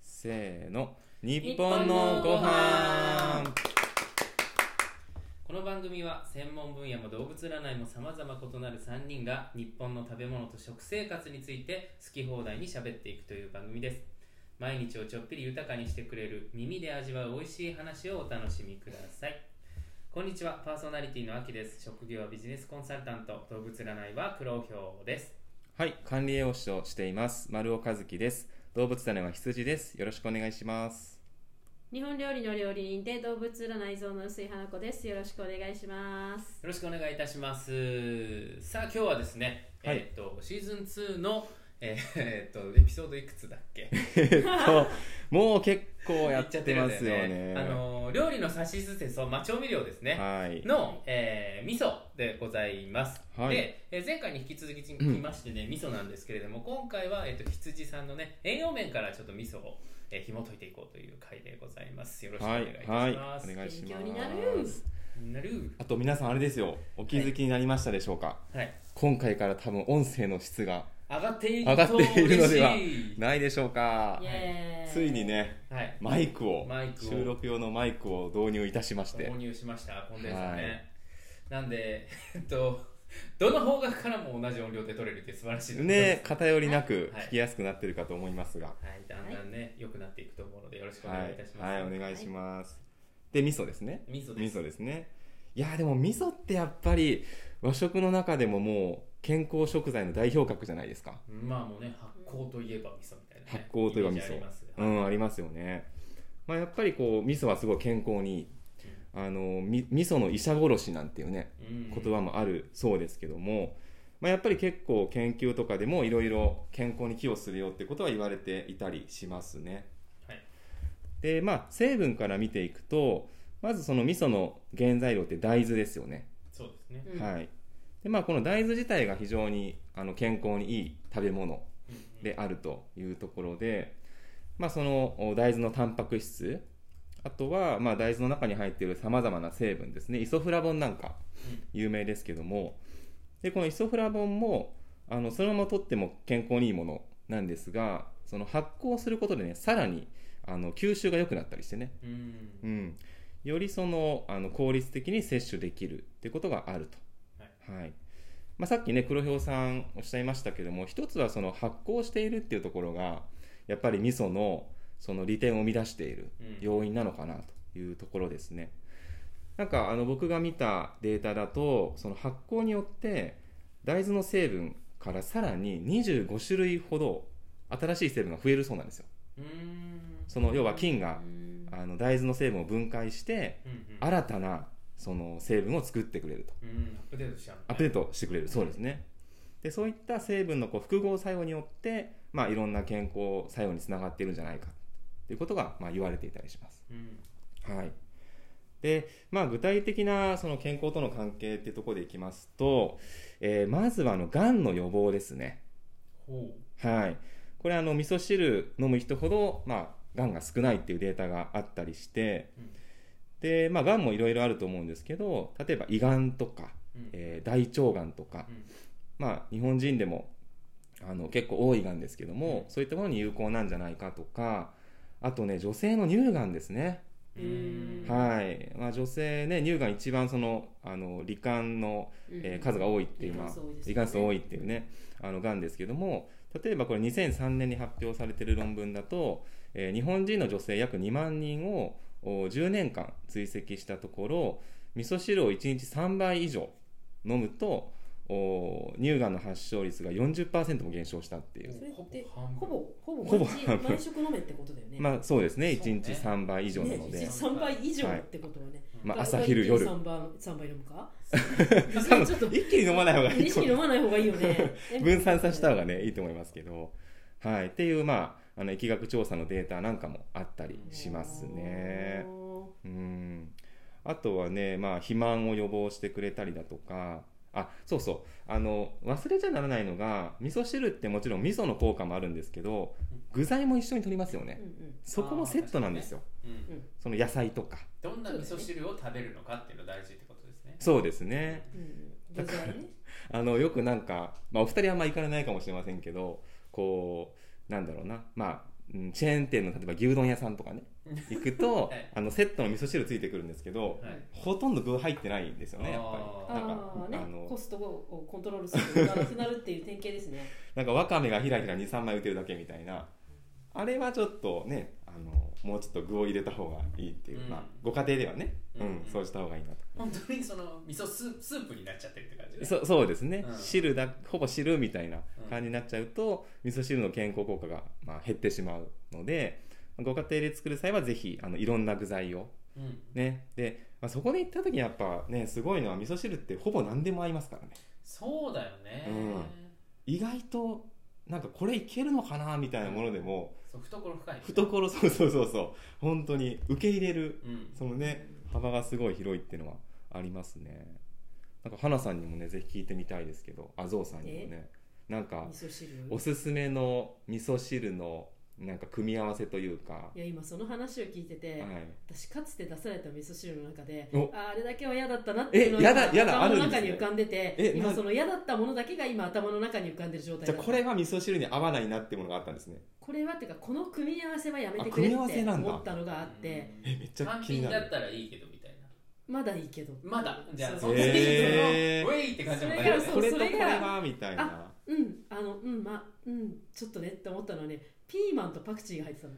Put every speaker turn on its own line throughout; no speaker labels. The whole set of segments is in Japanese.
せーの日本のご飯
この番組は専門分野も動物占いもさまざま異なる3人が日本の食べ物と食生活について好き放題に喋っていくという番組です毎日をちょっぴり豊かにしてくれる耳で味わう美味しい話をお楽しみくださいこんにちはパーソナリティのあきです職業はビジネスコンサルタント動物占いは黒ひょうです
はい管理栄養士をしています丸尾和樹です動物種は羊ですよろしくお願いし ます
日本料理の料理人で動物占い像の薄井花子ですよろしくお願いします
よろしくお願いいたします。さあ今日はですね、
はい
えっ、とシーズン2のえーえっとエピソードいくつだっけ？
えっともう結構やってますよね
言っちゃってるんだよあのー料理のさしすせそ、まあ、調味料ですね。
はい
の、えー味噌でございます、
はい
で、えー前回に引き続ききましてね、味噌なんですけれども今回は、えっと羊さんのね栄養面からちょっと味噌を、えー、紐解いていこうという回でございますよろしくお
は
願
い
いいたし
はい
ます、
お願いし
勉強にな
ま
る
す
なる
あと皆さんあれですよお気づきになりましたでしょうか、
はい
今回から多分音声の質が
上がってい
上が
る
っ
と
ているの
嬉し
ではいないでしょうか
イエーイ
ついにね
はい、
マイクを
マイクを
収録用のマイクを導入いたしまして
購入しましたコンデンサー
はい
ね、なんでえっとどの方角からも同じ音量で取れるって素晴らしいです
ね偏りなく
はい
聞きやすくなってるかと思いますが
はいだんだんね良くなっていくと思うのでよろしくお
は
願いい
い
たし、ます、
はい、お願いしますで味噌ですね
味噌
味
です
噌ですねいやーでも味噌ってやっぱり和食の中でももう健康食材の代表格じゃないですか
まあもうね発酵といえば味噌みたいな、ね、
発酵といえば味
イメージ
噌
あります
うんありますよね、まあ、やっぱりこう味噌はすごい健康にいいあのみ味噌の医者殺しなんていうね
うん
言葉もあるそうですけども、まあ、やっぱり結構研究とかでもいろいろ健康に寄与するよってことは言われていたりしますね。
はい
でまあ成分から見ていくとまずその味噌の原材料って大豆ですよね。
そうですね
うん
はいでまあ、この大豆自体が非常にあの健康にいい食べ物
うん
であるというところで、まあ、そのお大豆のタンパク質あとはまあ大豆の中に入っているさまざまな成分ですねイソフラボンなんか有名ですけどもでこのイソフラボンもあのそのまま取っても健康にいいものなんですがその発酵することでねさらにあの吸収が良くなったりしてね、
うんう
うんん、よりそのあの効率的に摂取できるってことがあると。はいまあ、さっきね黒ひょうさんおっしゃいましたけども一つはその発酵しているっていうところがやっぱり味噌のその利点を生み出している
うん
要因なのかなというところですね。なんかあの僕が見たデータだとその発酵によって大豆の成分からさらに25種類ほど新しい成分が増えるそうなんですよ。
うん
その要は菌が
うん
あの大豆の成分を分解して
うんうん
新たなその成分を作ってくれると
うんアップデートしちゃうのね
アップデートしてくれるそうですね。でそういった成分のこう複合作用によって、まあ、いろんな健康作用につながっているんじゃないかということが、まあ、言われていたりします。
うん
はい、で、まあ、具体的なその健康との関係っていうところでいきますと、えーまずはあのがんの予防ですね、
ほ
はい、これあの味噌汁飲む人ほど、まあ、がんが少ないっていうデータがあったりして
ううん
で、まあ、がんもいろいろあると思うんですけど例えば胃がんとか、
うん
えー大腸がんとか
う、ん
まあ、日本人でもあの結構多いがんですけども、
うん
そういったものに有効なんじゃないかとかあとね女性の乳がんですね。
うん
はいまあ、女性ね乳がん一番そのあの罹患の、えー数が多いっていう、まあ罹患
罹患
数
数
多
多
い
い
っていうねあのがんですけども例えばこれ2003年に発表されてる論文だと、えー日本人の女性約2万人をお10年間追跡したところ味噌汁を1日3杯以上飲むとお乳がんの発症率が40%も減少したっていう、
それって
半分
ほぼほぼ
ほぼ
毎日毎食飲めってことだよね。
まあそうですね
そうね
1日3杯以上なので、
ね、三倍以上ってことはね。
まあ、
だか
朝
ら
昼夜
三倍三杯飲むか。
多分一気に飲まない方がいい
意
と思
識
う。
飲まない方がいいよね
分散させた方がねいいと思いますけど、はい、っていう、まあ、あの疫学調査のデータなんかもあったりしますね。
お
うんあとはね、まあ、肥満を予防してくれたりだとかあそうそうあの忘れちゃならないのが味噌汁ってもちろん味噌の効果もあるんですけど具材も一緒に取りますよ
ー。
ね
う、ん
そこもセットなんですよ、
うん
うん
その野菜とか
どんな味噌汁を食べるのかっていうのが大事ってことですね
そうですね
うんうん。具材ね。
あのよくなんか、まあ、お二人はあんま行かれないかもしれませんけどこうなんだろうなまあうんチェーン店の例えば牛丼屋さんとかね行くと、
はい
あのセットの味噌汁ついてくるんですけど、
はい
ほとんど具入ってないんですよねやっぱ
あ
り
ー
なん
あ
か
あね
あの
コストをコントロールするのがなくなるっていう典型です ね
なんかわかめがひらひら23枚打てるだけみたいなあれはちょっとねあのもうちょっと具を入れた方がいいっていう、
うん
まあ、ご家庭ではね、
う
うんんそうした方がいいなと、
本当にその味噌スープスープになっちゃってるって感じね
そそうですね、
うん
汁だほぼ汁みたいな感じになっちゃうと、味噌汁の健康効果が、まあ、減ってしまうのでご家庭で作る際はぜひあのいろんな具材を
うん
ねで、まあ、そこで行った時にやっぱねすごいのは味噌汁ってほぼ何でも合いますからね
そうだよね、
うん意外となんかこれいけるのかなみたいなものでも、
そう懐深い、ね、
懐 そうそうそうそう本当に受け入れる
うん
そのね幅がすごい広いっていうのはありますねなんか花さんにもねぜひ聞いてみたいですけどあぞうさんにもねなんか
味噌汁
おすすめの味噌汁のなんか組み合わせというか、
いや今その話を聞いてて、
はい、
私かつて出された味噌汁の中で
お
ああれだけは嫌だったなっていうの
えやだ
今
やだ
頭の
あるんで
中
す
に
ね
浮かんでて
え
今
な
その嫌だったものだけが今頭の中に浮かんでる状態
じ
だ
ゃあ
った
これが味噌汁に合わないなってものがあったんですね
これはっていうかこの組み合わせはやめてく
あ
れ
組み合
っ
わ
て
せなんだ
思ったのがあって
うん
めっちゃ
単
気にな
品だ
る
ったらいいけどみたいな
まだいいけど
まだじゃあ
そう
その時に
へー
そのウェイって感じも
そ
な
れ
い
が
よね
そう
これとこ
それ
れ
が
はみたいな
うんあのうんまうんちょっとねって思ったのはねピーマンとパクチーが入ってたの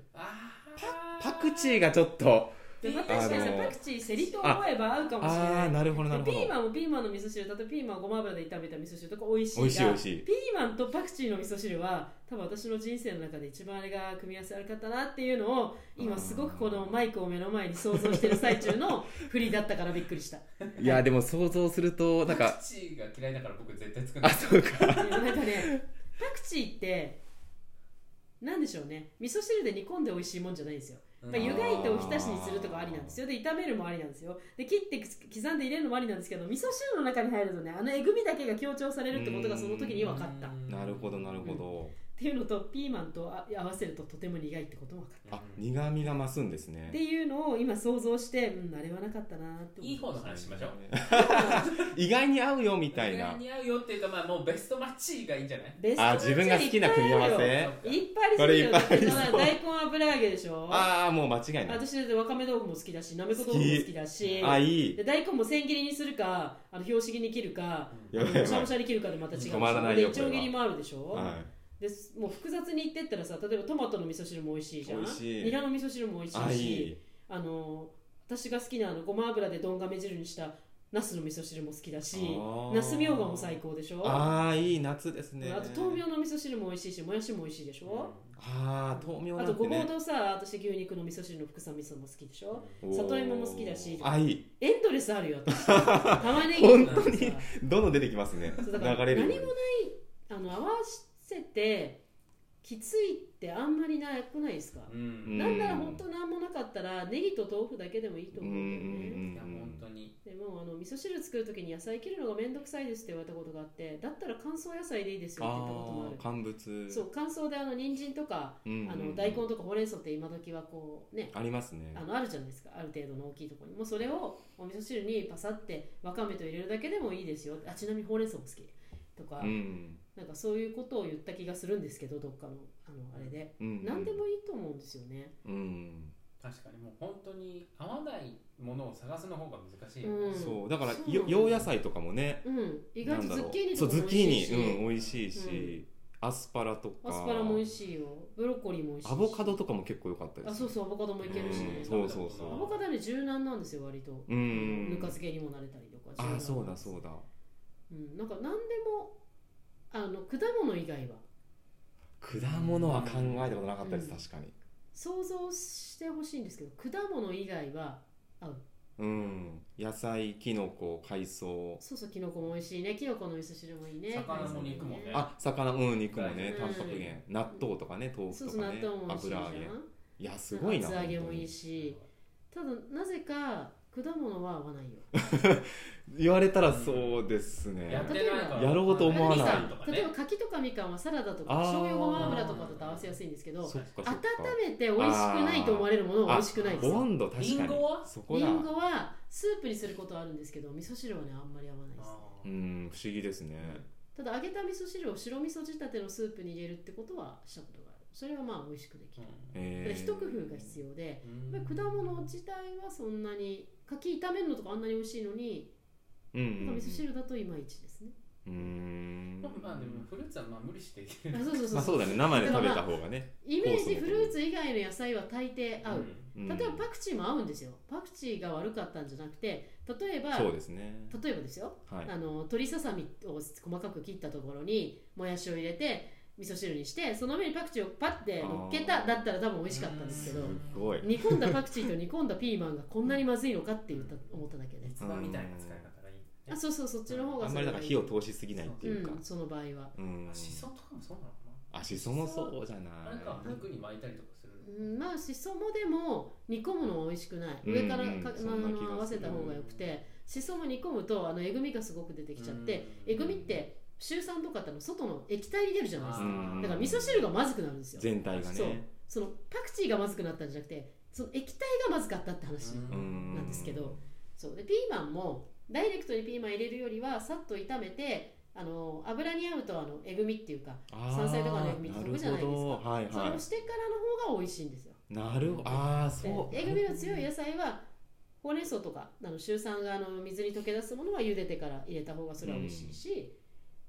あ
パクチーがちょっと
でまあ
あの
確かにさパクチーセリと思えば合うかもしれ
あ
な
あ
い
ーなるほどなる
で
ほど
ピーマンもピーマンの味噌汁例えばピーマンをごま油で炒めた味噌汁とか美味しいが
美味しい美味しい
ピーマンとパクチーの味噌汁は多分私の人生の中で一番あれが組み合わせ悪かったなっていうのを今すごくこのマイクを目の前に想像してる最中の振りだった からびっくりした
いやでも想像するとなん
ーパ
か
クチーが嫌いだから僕絶対作んな
あ
い
そうか
でもなんかねパクチーってなんでしょうね味噌汁で煮込んで美味しいもんじゃないんですよ
うん
まあ、湯がいておひたしにするとかありなんですよで炒めるもありなんですよで切って刻んで入れるのもありなんですけど味噌汁の中に入るとねあのえぐみだけが強調されるってことがその時に分かったっ
うん
なるほどなるほど、
ていうのとピーマンとあ合わせるととても苦いってことも分かっ
あ苦みが増すんですね
たっていうのを今想像して、うん、あれはなかったなって思
いい方の
そうで
話
す
し
ね
ましょう
意外に合うよみたいな
似合うよっていうかまあもうベストマッチがいいんじゃない
ベストマ
あ
ッチ
自分が好きな組み合わ
いっぱいある
せ
せ
よいっぱいあり
これい
そうだよ
っぱいあり
だ
そ
っ
う
て大根油揚げでしょ
ああもう間違いない
私だってわかめ豆腐も好きだしなめこ豆腐も好きだし
あいい
で大根も千切りにするかあの拍子木に切るか
やばい
むし
や
ゃむ
ば
しゃに切るかでまた違うし
止まらない
で
よ
いちょう切りもあるでしょ、
い、は
でもう複雑にいってったらさ例えばトマトの味噌汁も美味しいじゃん
美味しい
ニラの味噌汁も美味しい
い、あい
し
い
あの私が好きなあのごま油でどんがめ汁にしたナスの味噌汁も好きだし
あー
ナスみょうがも最高でしょ
ああいい夏ですね
あと豆苗の味噌汁も美味しいしもやしも美味しいでしょ、
ああ豆苗
あ
なん
とご
て
ぼう
ね
とさ私牛肉の味噌汁の福さ味噌も好きでしょ
おー
里芋も好きだし
あいい
エンドレスあるよ 私玉ねぎ
本
とか
当
さ
にどんどん出てきますね
そう
流
だから
れるように
何もあの合わせてきついってあんまりなくないですか、
う
うん
ん
なんなら本当なんもなかったらネギと豆腐だけでもいいと
う
思
んう
うんんだよね
いや本当に
でもあの味噌汁作る時に野菜切るのが面倒くさいですって言われたことがあってだったら乾燥野菜でいいです
うん
よって言ったこともあ
あ
る
あ乾物
そう乾燥であの人参とか
うんうんうん
あの大根とかほうれん草って今時はこうね
ありますね
あのあるじゃないですかある程度の大きいところにもうそれをお味噌汁にパサってわかめと入れるだけでもいいですよあちなみにほうれん草も好きとか、
うん
なんかそういうことを言った気がするんですけどどっかのあのあれで、
うんうん
何でもいいと思うんですよね、
うん
確かにもう本当に合わないものを探すの方が難しい、
うん
そうだから
そう
よ洋野菜とかもね
うん、意外と
な
ズ
んだろ
ッ
う
キーニ
そう
とか
ズ
も
ッキ
美
ーニ
味しいし
うん美味しいしアスパラとか
アスパラも美味
い
しいよブロッコリーも美味しいし
アボカドとかも結構良かったです
あそうそうアボカドもいけるしね
うんそうそうそ
ア
う
ボカドはね柔軟なんですよ割と、
うんうん
ぬか漬けにもなれたりとか柔軟
あ
な
あ
んですよ
そうだそうだ
うん、なんか何でもあの果物以外は
果物は考えたことなかったです
うん
確かに
想像してほしいんですけど果物以外は
うん野菜きのこ海藻
そうそうきのこも美味しいねきのこの味噌汁もいいね
魚も肉もね
あ魚うん肉もね
うん
タンパク源納豆とかね豆
そ
腐
う
と
そう納
かね
豆も美味しいじ
油
ゃ
揚
ん
げいやすごいな
厚揚げもいい
本
ししただなぜか果物は合わないよ
当に言われたらそうですね
やってないから
やろうと思わない
だって
と
さ
かね
例えば柿とかみかんはサラダとか
あー
醤油ごま油とかだと合わせやすいんですけど
そっかそっか
温めて美味しくないと思われるものは美味しくないですよ
温度確かに
リンゴは
そこ
り
だ
んごはスープにすることはあるんですけど味噌汁はねあんまり合わないです
あ
う
ー
ん不思議ですね
ただ揚げた味噌汁を白味噌仕立てのスープに入れるってことはしたことがあるそれはまあ美味しくできる、
えー
一工夫が必要で、
うん
やっぱり果物自体はそんなに柿炒めるのとかあんなに美味しいのに、
うんうん
なんか味噌汁だといまいちですね、
うーん
まあでもフルーツはまあ無理していける
あそうそうそう,、
まあそうだね生で食べた方がね
イメージフルーツ以外の野菜は大抵合う、
うん
例えばパクチーも合うんですよパクチーが悪かったんじゃなくて例えば
そうですね
例えばですよ、
はい
あの鶏ささみを細かく切ったところにもやしを入れて味噌汁にしてその上にパクチーをパッて乗っけ
あ
た
ー
だったら多分美味しかったんですけど
うん
すごい
煮込んだパクチーと煮込んだピーマンがこんなにまずいのかって言った思っただけで
三つ葉みたいな使い方がいいね、
あそうそうそっちの方が
あんまりなんか火を通しすぎないって
う
いうか
んその場合は
うん
あしそとかもそうなのか
あしそもそうじゃ
な、
な
なんか
い
肉に巻いたりとかするの、
うんまあしそもでも煮込むのは美味しくない
うん
上から
うん
か、
そんな気がする
合わせた方がよくてしそも煮込むとあのえぐみがすごく出てきちゃって
うん
えぐみってシュウ酸とかってあの外の液体に出るじゃないですか
うん
だから味噌汁がまずくなるんですよ
全体が
そう
ね
そのパクチーがまずくなったんじゃなくてその液体がまずかったって話、
うん
うん
なんですけどそうでピーマンもダイレクトにピーマン入れるよりはさっと炒めてあの油に合うとあのえぐみっていうか山菜とかのえぐみって飛ぶじゃないですか
かはい
それ
は
をしてからの方が美味しいんですよ
いなるほどああ
で
そう
えぐみの強い野菜はほうれん草とかあのシュウ酸があの水に溶け出すものは茹でてから入れた方がそれは美味しいし、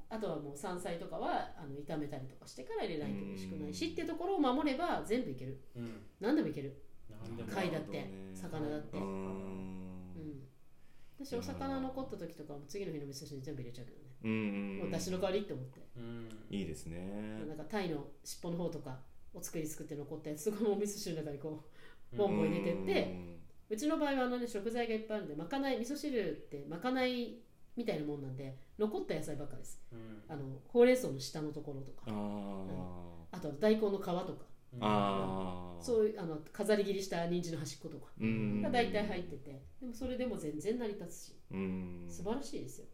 あとはもう山菜とかはあの炒めたりとかしてから入れないと美味しくないし、
うん
っていうところを守れば全部いける
うん
何でもいける
なんでも
貝だっ
な
て、
るほどね
魚だって、
う
うん
ん
私お魚残った時とかも次の日の味噌汁に全部入れちゃうけどね、
うんうん
もうだしの代わりって思って、
うん
いいですね
なんかタイの尻尾の方とかお作り作って残ったやつとかもお味噌汁の中にこボンボン入れてってううちの場合はあの、ね、食材がいっぱいあるんでまかない味噌汁ってまかないみたいなもんなんで残った野菜ばっかです
うん
あのほうれん草の下のところと
あ
か
ー
あとは大根の皮とか
うん
あー
そういうあの飾り切りした人参の端っことか
うん
が大体入っててでもそれでも全然成り立つし
うん
素晴らしいですよ、
ね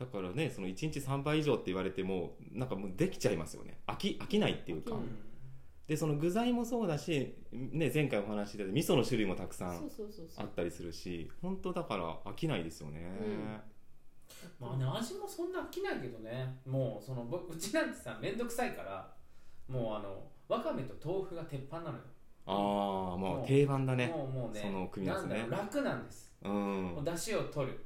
だからねその1日3杯以上って言われてもなんかもうできちゃいますよね飽き飽きないっていう
う
か
ん
でその具材もそうだし、ね、前回お話しいただいた味噌の種類もたくさ
そうんそうそうそ
あ
う
ったりするし本当だから飽きないですよね、
まあね味もそんな飽きないけどねもうその僕うちなんてさ面倒くさいからもうあのわかめと豆腐が鉄板なのよ、
ああま
も
あ
う
定番だね
もうもうね
その組み合わせね
なんだろう楽なんです、
う
もうん出汁を取る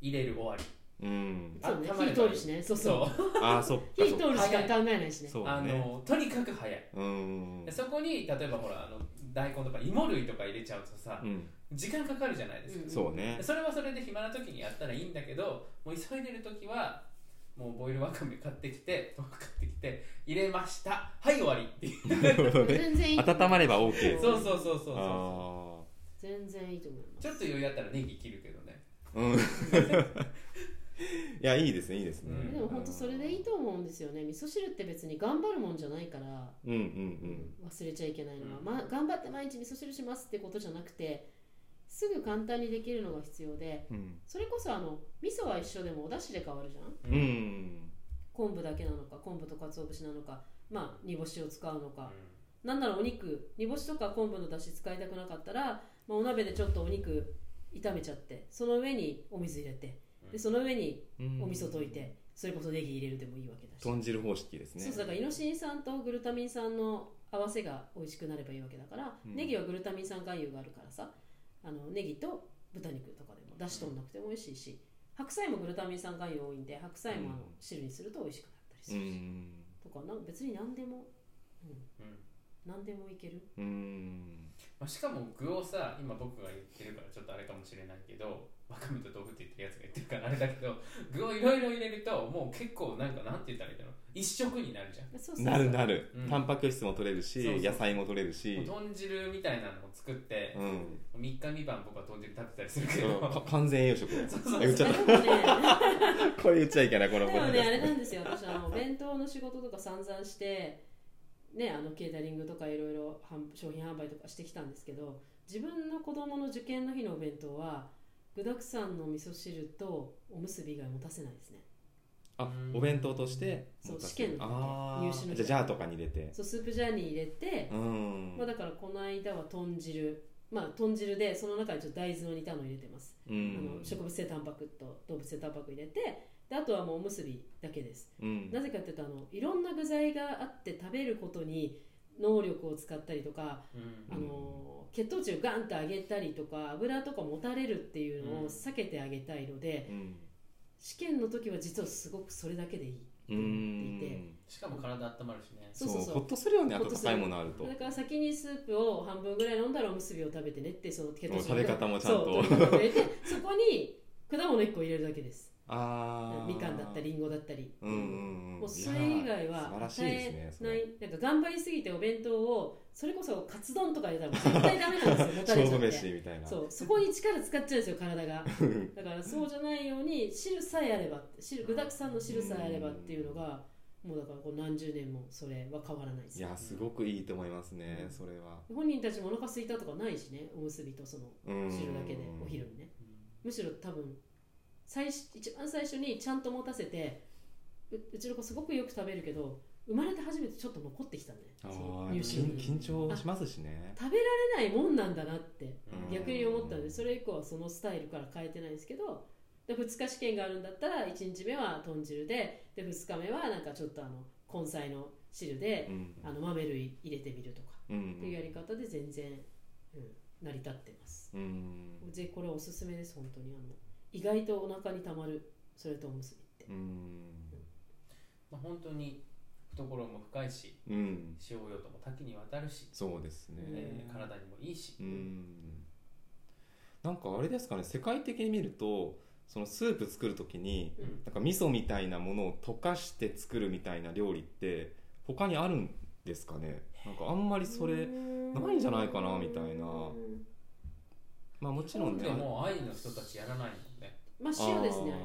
入れる終わり
うん
そうね
頭に
火通るしねそうそう
ああそっ
火
か
通
そっか
るしか考えないしね
そう
あ
だね
のとにかく早い
うん
でそこに例えばほらあの大根とか芋類とか入れちゃうとさ
うん
時間かかるじゃないですか、
そうね
でそれはそれで暇な時にやったらいいんだけどもう急いでる時はもうボイルわかめ買ってきて豆腐買ってきて入れましたはい終わりっていう
なるほどね
全然いい
温まれば OK
そうそうそうそうそ
あ
全然いいと思いま
う
す
ちょっと余裕あったらネギ切るけどね
あうん いやいいですねいいですね、
うん
でも本当それでいいと思うんですよね味噌汁って別に頑張るもんじゃないから、
うんうん
忘れちゃいけないのは、
うん
ま、頑張って毎日味噌汁しますってことじゃなくてすぐ簡単にできるのが必要で
うんうん
それこそあの味噌は一緒でもお出汁で変わるじゃん
うんうん
昆布だけなのか昆布と鰹節なのかまあ煮干しを使うの
うん
か、なんならお肉煮干しとか昆布の出汁使いたくなかったら、まあ、お鍋でちょっとお肉炒めちゃってその上にお水入れてでその上に
うん
お味噌溶いてそれこそネギ入れるでもいいわけだし、
豚汁方式ですね
そうそうだからイノシン酸とグルタミン酸の合わせが美味しくなればいいわけだから、
うん
ネギはグルタミン酸含有があるからさあのネギと豚肉とかでもだしとんなくても美味しいし白菜もグルタミン酸含有多いんで白菜もあの
うん
汁にすると美味しくなったりす
う
るし、
ん
とかなん別に何でも
うん
何でもいける
うん
まあ、しかも具をさ今僕が言ってるからちょっとあれかもしれないけどわかめと豆腐って言ってるやつが言ってるからあれだけど 具をいろいろ入れるともう結構なんかなんて言ったらいいんだろう一食になるじゃん
そうそうそう
なる なる、
うん
タンパク質も取れるし
そうそう
野菜も取れるし
もう豚汁みたいなのを作って
う、ん
3日3晩僕は豚汁食べたりするけ
そう
ど、
か完全栄養食
そうそうそう
え言っち
で
ゃっ
もね
たこれ言っちゃいけないこの
でも
ポッドキ
ね
ャス
あれなんですよ私あの弁当の仕事とか散々してねあのケータリングとかいろいろ販商品販売とかしてきたんですけど自分の子供の受験の日のお弁当は具沢山の味噌汁とおむすび以外持たせないですね
トあお弁当として
そう試験の時
あ
入試の
ー
時
じゃあジャーとかに入れて
そうスープジャーに入れて
う、ん
まあ、だからこの間は豚汁まあ豚汁でその中にちょっと大豆の煮たのを入れてます、
う
あの
ん
植物性タンパクと動物性タンパク入れてであとはもうおむすびだけです
うん
なぜかっていうとあのいろんな具材があって食べることに能力を使ったりとか、
うん
ん
あの血糖値をガンと上げたりとか油とか持たれるっていうの
うん
を避けてあげたいので、
うん
試験の時は実はすごくそれだけでいいと
う
思っていて
ん
しかも体温まるしね
そうそうそう
ほっとするよねあ
ほっ
と
とする
高いものあると
だから先にスープを半分ぐらい飲んだらおむすびを食べてねってその血糖値
食べ方もちゃんと
そう食べ方も入れてそこに果物1個入れるだけです
あー
みかんだったりりんごだったり、
うんうんうん
もうそれ以外は
いやー素晴らしいですね
与えないなんか頑張りすぎてお弁当をそれこそカツ丼とか入れたらもう絶対ダメなんですよもた
それ
れち
勝
ゃっ
負
て
飯みたいな
そうそこに力使っちゃうんですよ 体がだからそうじゃないように汁さえあれば汁具沢山の汁さえあればっていうのがもうだからこう何十年もそれは変わらないです
いやすごくいいと思いますね、それは
本人たちもお腹空いたとかないしねおむすびとその
うん
汁だけでお昼にねむしろ多分最初一番最初にちゃんと持たせてううちの子すごくよく食べるけど生まれて初めてちょっと残ってきたね
あ
そ
ー
の
や
入
っぱ
試の
緊
時
緊張しますしね
食べられないもんなんだなって
うん
逆に思ったのでそれ以降はそのスタイルから変えてないんですけどで2日試験があるんだったら1日目は豚汁でで2日目はなんかちょっとあの根菜の汁で
うん
あの豆類入れてみるとか
うん
っていうやり方で全然、うん、成り立ってます
うん
でこれおすすめです本当にあの意外とお腹にたまるそれとおむすびって
うん
まあ、本当に懐も深いし
うん
塩用途も多岐にわたるし、
そうですね、
えー体にもいいし、
うんなんかあれですかね世界的に見るとそのスープ作る時に
うん
なんか味噌みたいなものを溶かして作るみたいな料理って他にあるんですかねなんかあんまりそれないんじゃないかなみたいな
うん
まあもちろんね
でもアイヌの人たちやらないもんね、
まあ塩です
あー
うん
ねあれはね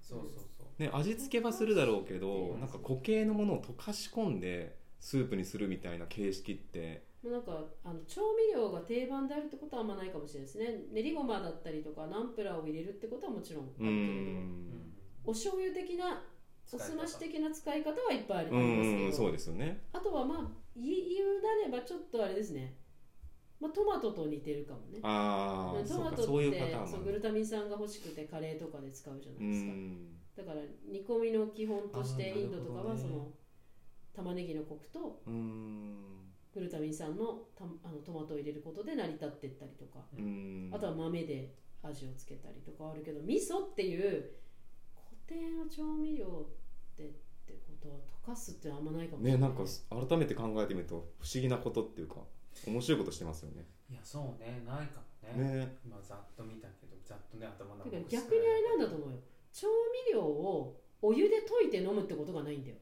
そうそうそう
ね味付けはするだろうけ
う
ど
ん
なんか固形のものを溶かし込んでスープにするみたいな形式って
もうなんかあの調味料が定番であるってことはあんまないかもしれないですね練りごまだったりとかナンプラーを入れるってことはもちろんあるけ
う
れど
ん
お醤油的なおすまし的な使い方はいっぱいあり
うんうんう
ま
ん
す
そ
け
う
ど
ですよね
あとはまあ言い言うなればちょっとあれですね、まあ、トマトと似てるかもね
あ
う
あ
んト
そう
マ
か
トって
そういうパターン
そ
な
うんグ
だ
ルタミン酸が欲しくてカレーとかで使うじゃな
う
いですか、
ん
だから煮込みの基本とし
あ
て
ーなる
イ
ほ
ン
ど
ド
ね
とかはその玉ねぎのコクと
うん
グルタミン酸のたあのトマトを入れることで成り立ってったりとか、
うん
あとは豆で味をつけたりとかはあるけど味噌っていう固定の調味料ってってことは溶かすってあんまないかもしれ
ね
な
な
い
んか改めて考えてみると不思議なことっていうか面白いことしてますよね。
いやそうねないかもね
ね
今ざっと見たけどざっとね頭の
て
中
か
に
逆にあれなんだと思うよ調味料をお湯で溶いて飲むってことがないんだよ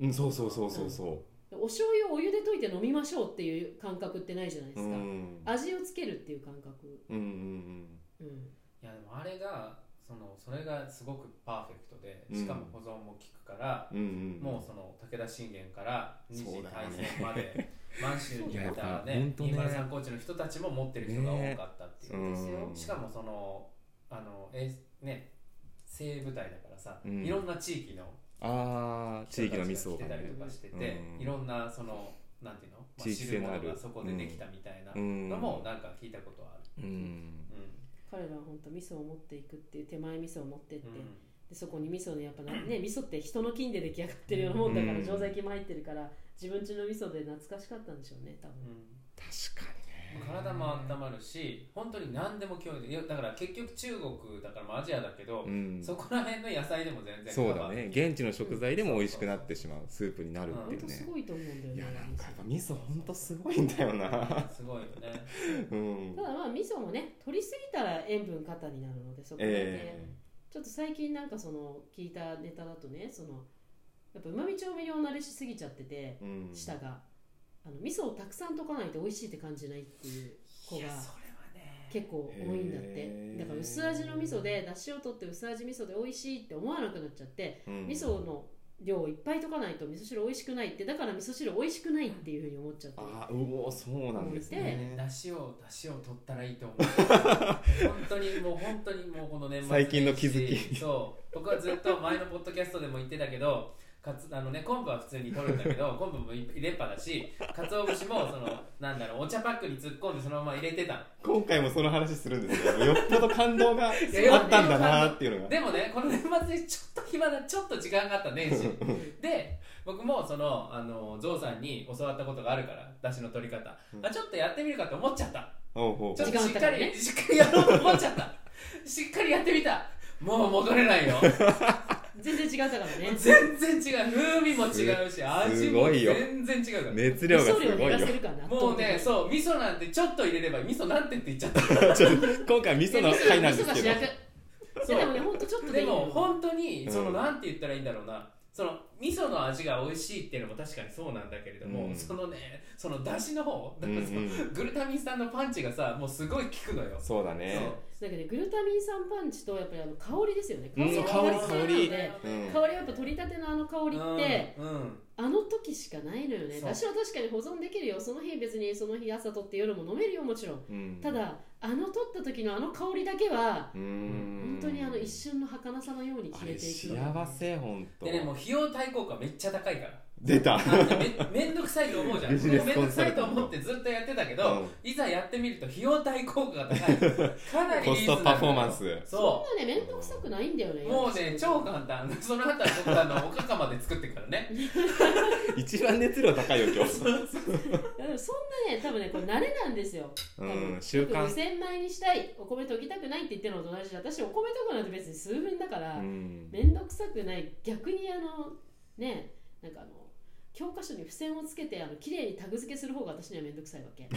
うんそうそうそうそうそ
お醤油をお湯で溶いて飲みましょうっていう感覚ってないじゃない
う。
で
う
す
ん
か、
うん
味をつけるっていう感覚、
うんうん
うん、
いやでもあれがそのそれがすごくパーフェクトで
うん
しかも保存も効くから、
うんうん。
もうその武田信玄から二
そ
次
うだ
大
よね
戦まで満州にい
いやや
た
っぱ
ね
ほんとね
203高地の人たちも持ってる人が多かったっていう、
そうですよ
ん
しかもそのあのえね精鋭部隊だからさ、
うん
いろんな地域の
ああ地域の味噌
人たちが来てたりとかしてて、
うん
いろんなそのなんていうの、まあ、
地域性のある
汁物がそこでできたみたいな
うん
のもなんか聞いたことはある、
うん
う
彼らは本当味噌を持っていくっていう手前味噌を持ってって、
んうん
でそこに味噌のやっぱなね味噌って人の菌で出来上がってるようなもんだから、
うん
常在菌も入ってるから自分家の味噌で懐かしかったんでしょうね多分
う
確かに
ん
ね。
体も温まるし本当に何でも興味でいやだから結局中国だからまあアジアだけど、
うん。
そこら辺の野菜でも全然
そう
カ
だ
バー
ね現地の食材でも美味しくなってしまうスープになるって
本
いう
当す
ね。
ごいと思うんだよ
い
ね
やなんかやっぱ味噌本当すごいんだよな。
すごいよね
うん
た。だまあ味噌もね取りすぎたら塩分過多になるのでそこだけ、
え
ちょっと最近なんかその聞いたネタだとねそのやっぱうまみ調味料慣れしすぎちゃってて
え。うん。
舌があの味噌をたくさん溶かないと美味しいって感じないって いう子
い
が
やそれはね
結構多いんだっ
へー
てだから薄味の味噌でだしを取って薄味味噌で美味しいって思わなくなっちゃって
うん
味噌の量をいっぱい溶かないと味噌汁美味しくないってだから味噌汁美味しくないっていうふうに思っちゃってる
ああうおーそうなんですね。
だしをだしを取ったらいいと思 う本当にもう本当にもうこの年末年始
最近の気づき
そう僕はずっと前のポッドキャストでも言ってたけどかつあのね昆布は普通に取るんだけ ど昆布も入れっぱだし鰹節もそのなんだろうお茶パックに突っ込んでそのまま入れてたの
今回もその話するんですけどよっぽど感動があったんだなーっていうのが
でもねこの年末にちょっと暇だちょっと時間があった 年始で僕もそのあのゾウさんに教わったことがあるから出汁の取り方、
うん
あちょっとやってみるかと思っちゃった
おうおう
ちょっと
時間
し
あっ
ったか
か
り、
らね
しっかりやろうと思っちゃったしっかりやってみたもう戻れないよ
全然違ったからね
全然違う風味も違うし味も
すごいよ
全然違うから
熱量
味
がす
噌
ごい
量減ら
よ
せるからな
もうねそう味噌なんてちょっと入れれば味噌なんてって言っちゃっ た
ちょっと今回味
味噌
噌
の
の
回
回な
な
んん
で
ですす
け
け
ど
ど
でもねほんとちょっと
で
いい
も
よ
本当にその
うん
なんて言ったらいいんだろうなその味噌の味が美味しいっていうのも確かにそうなんだけれども、
うん
そのねその出汁の方だ
うん
か
う
らその
ん
グルタミン酸のパンチがさもうすごい効くのよ
そうだね
なんかねグルタミン酸パンチとやっぱりあの香りですよね
うん
香りが
香り
好きなので
う
うん
香りはやっぱ取り立てのあの香りって、
うんうん
あの時しかないのよね
そう
だしは確かに保存できるよその日別にその日朝取って夜も飲めるよもちろん
うん
ただあの取った時のあの香りだけは
うーん
本当にあの一瞬の儚さのように
あ
消え
れ
ていく
幸せ本当
でねもう費用対効果めっちゃ高いから
出た
あのねめめんどくさいと思うじゃん
ビ
僕
ジ
も
ネス
めん
コン
どくさ
サ
い
ル
と
タント
思ってずっとやってたけど、いざやってみると費用対効果が 高いかなり
コ
リー
ス
ズ
ト
ナブル
パフォーマンス
そ
そんなね面倒くさくないんだよね
うもうね超簡単その後は僕あのおかかまで作ってからね
一番熱量高いよ今日
いやでもそんなね多分ねこれ慣れなんですよ
う
多分
ん習慣
2000枚にしたいお米研ぎたくないって言ってるのと同じで私お米研ぐなんて別に数分だから、
うん
面倒くさくない逆にあのねなんかあの教科書に付箋をつけてあの綺麗にタグ付けする方が私には面倒くさいわ け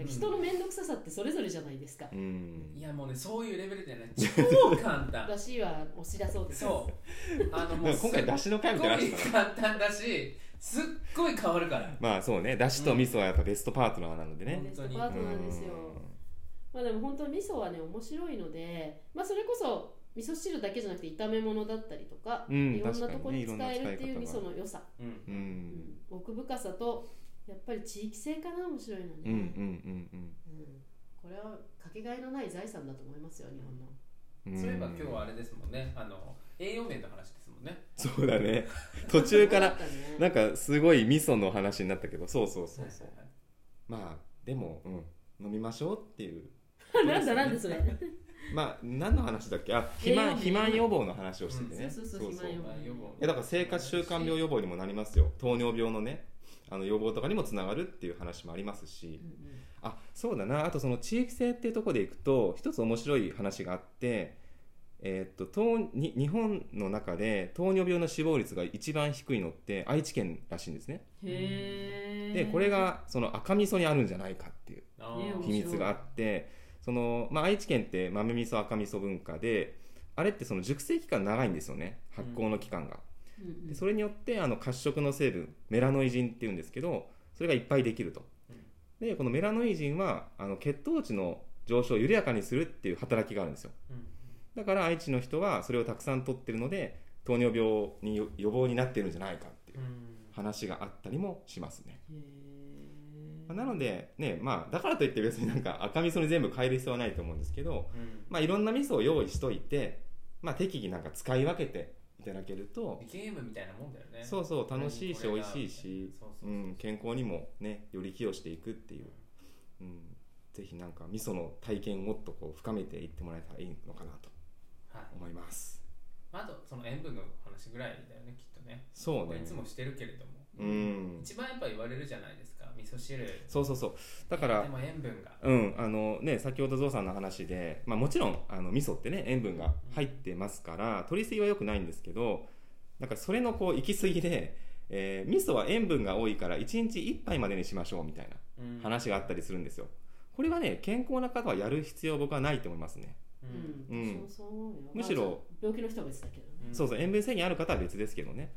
うん人の面倒くささってそれぞれじゃないですか
うん
いやもうねそういうレベルじゃない超簡単
らしいは押し出そうです
そうあのも
な
うん
か今回出
す
汁の回
っ
み
ご
たいない話だな
簡単だしすっごい変わるから
まあそうね出汁と味噌はやっぱベストパートナーなのでね
ベス
本当
ト
に
パートナーですよ
う
まあでも本当に味噌はね面白いのでまあそれこそ味噌汁だけじゃなくて炒め物だったりとか、
うん
いろんな
確かにね
ところに使えるってい
いろ
うん味
な使い方
噌
が
の良さ、
うん
んうん
うん奥深さとやっぱり地域性かな面白いのね、
うんうんうん
うんこれはかけがえのない財産だと思いますよ日本の
うん
そういえば今日はあれですもんねあの栄養面の話ですもんね
そうだね途中か
そう
ら
だったね
なんかすごい味噌の話になったけどそうそうそうそう
はいはい
まあでも、うん、飲みましょうっていう
なんだなんだ それ。
まあ何の話だっけあ肥
栄養
満
面
肥満予防の話をしててね、
うんそうそうそう肥満
はい栄養面
えだから生活習慣病予防にもなりますよ糖尿病のねあの予防とかにもつながるっていう話もありますしあそうだなあとその地域性っていうところでいくと一つ面白い話があって、えーっと糖に日本の中で糖尿病の死亡率が一番低いのって愛知県らしいんですね
へ
で
え。
これがその赤味噌にあるんじゃないかっていう
あ
ね
ー
秘密があってその、まあ、愛知県って豆味噌赤味噌文化であれってその熟成期間長いんですよね発酵の期間が、
うんうん、
でそれによってあの褐色の成分メラノイジンっていうんですけどそれがいっぱいできるとでこのメラノイジンはあの血糖値の上昇を緩やかにするっていう働きがあるんですよ
うん
だから愛知の人はそれをたくさん取ってるので糖尿病によ予防になってるんじゃないかっていう
うん
話があったりもしますね
へ
ま
え。
あなのでねまあだからといって別になんか赤味噌に全部変える必要はないと思うんですけど
うん
まあいろんな味噌を用意しといてまあ適宜なんか使い分けていただけると
ゲームみたいなもんだよね
そうそう楽しいし
何こ
美
れ
味
が
しいし
そうそう
う
そうん
健康にもねより寄与していくっていう、うん、ぜひなんか味噌の体験をもっとこう深めていってもらえたらいいのかなと
はい
思います
まああとその塩分の話ぐらいだよねきっとね
そう
い
ね
つもしてるけれども、
うん
一番やっぱ言われるじゃないですか味噌汁
そうそうそうだか
で
ら
も塩分が
うんあのね先ほどゾウさんの話で、まあ、もちろんあの味噌ってね塩分が入ってますから取りすぎは良くないんですけどなんかそれのこう行き過ぎで、えー味噌は塩分が多いから1日1杯までにしましょうみたいな
うん
話があったりするんですよこれはね健康な方はやる必要僕はないと思いますね、
う
うんん。
うん
そうそう思うよ
むしろ
まあ病気の人は別だけどね。
うん
そうそう塩分制限ある方は別ですけどね、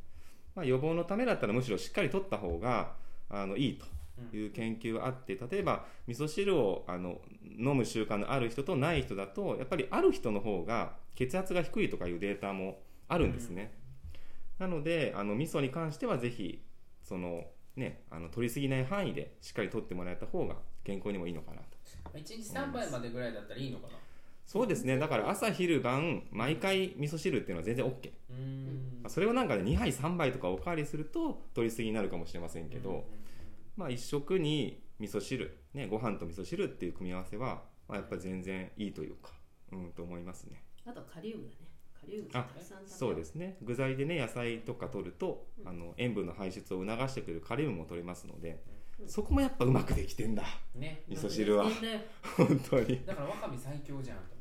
まあ、予防のためだったらむしろしっかり取った方があのいいという研究があって例えば味噌汁をあの飲む習慣のある人とない人だとやっぱりある人の方が血圧が低いとかいうデータもあるんですね、なのであの味噌に関してはぜひそのねあの取りすぎない範囲でしっかり取ってもらえた方が健康にもいいのかなと
1日3杯までぐらいだったらいいのかな
そうですねだから朝昼晩毎回味噌汁っていうのは全然 OK
うーん
それをなんかね2杯3杯とかおかわりすると取りすぎになるかもしれませんけど、
うんうんうん
まあ、1食に味噌汁、ね、ご飯と味噌汁っていう組み合わせは、まあ、やっぱ全然いいというか、うん、と思いますね
あとカリウムだねカリウムたくさん食べよ
そうですね具材でね野菜とか取ると、
うん
あの塩分の排出を促してくれるカリウムも取れますので、
うん
そこもやっぱうまくできてんだ
ね
味噌汁は
なんで
本当に
だからわかめ最強じゃんと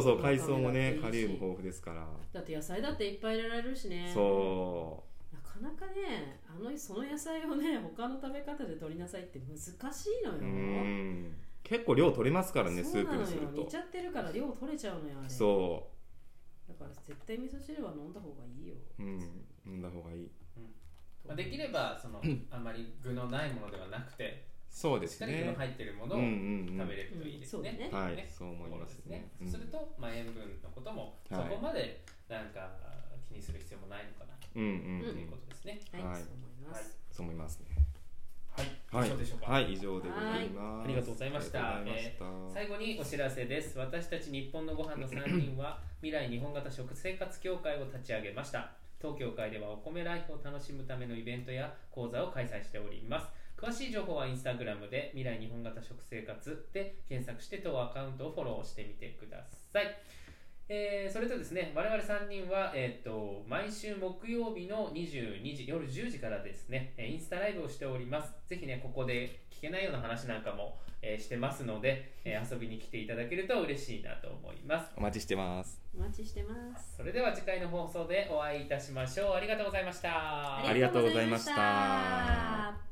そうそううん海藻もね
カ
カ
リ
リ
ウ
ウ
ム
ム豊
豊
富ですから、
だって野菜だっていっぱい入れられるしね
そう
なかなかねあのその野菜をね他の食べ方で取りなさいって難しいのよ
うん結構量取れますからねス
そう
ー
な
プ
のよ
にすると
煮ちゃってるから量取れちゃうのよあれ
そ
だから絶対味噌汁は飲んだ方がいいよ、
う、うん、飲んだ方がいい
って、まあ、できればそのあんまり具のないものではなくて
そうで
しっ
す
かり具の
ね
入ってるも
う
の
ん
を
うんうん
食べれるといいです
うんそう
ね
だね。
はい、
ね
そう思いますね
そうすると、まあ、塩分のこともそ
はい
こまでなんか気にする必要もないのかなと
うん、うんうん、う
いうんことですね。
は
は
い、
い
そう思います、
そう思いますね
はい、
はい
以上でしょうか。
はい以上でございます
はいありがとうございました
ありがとうございました
最後にお知らせです私たち日本のご飯の3人は未来日本型食生活協会を立ち上げました当協会ではお米ライフを楽しむためのイベントや講座を開催しております詳しい情報はインスタグラムで未来日本型食生活で検索して当アカウントをフォローしてみてくださいえーそれとですね、我々3人は、えー、と毎週木曜日の22時、夜10時からですね、えーインスタライブをしております。ぜひね、ここで聞けないような話なんかも、えーしてますので、えー遊びに来ていただけると嬉しいなと思います。
お待ちしてます
お待ちしてます
それでは次回の放送でお会いいたしましょう。ありがとうございました。
ありがとうございました
ありがとうございました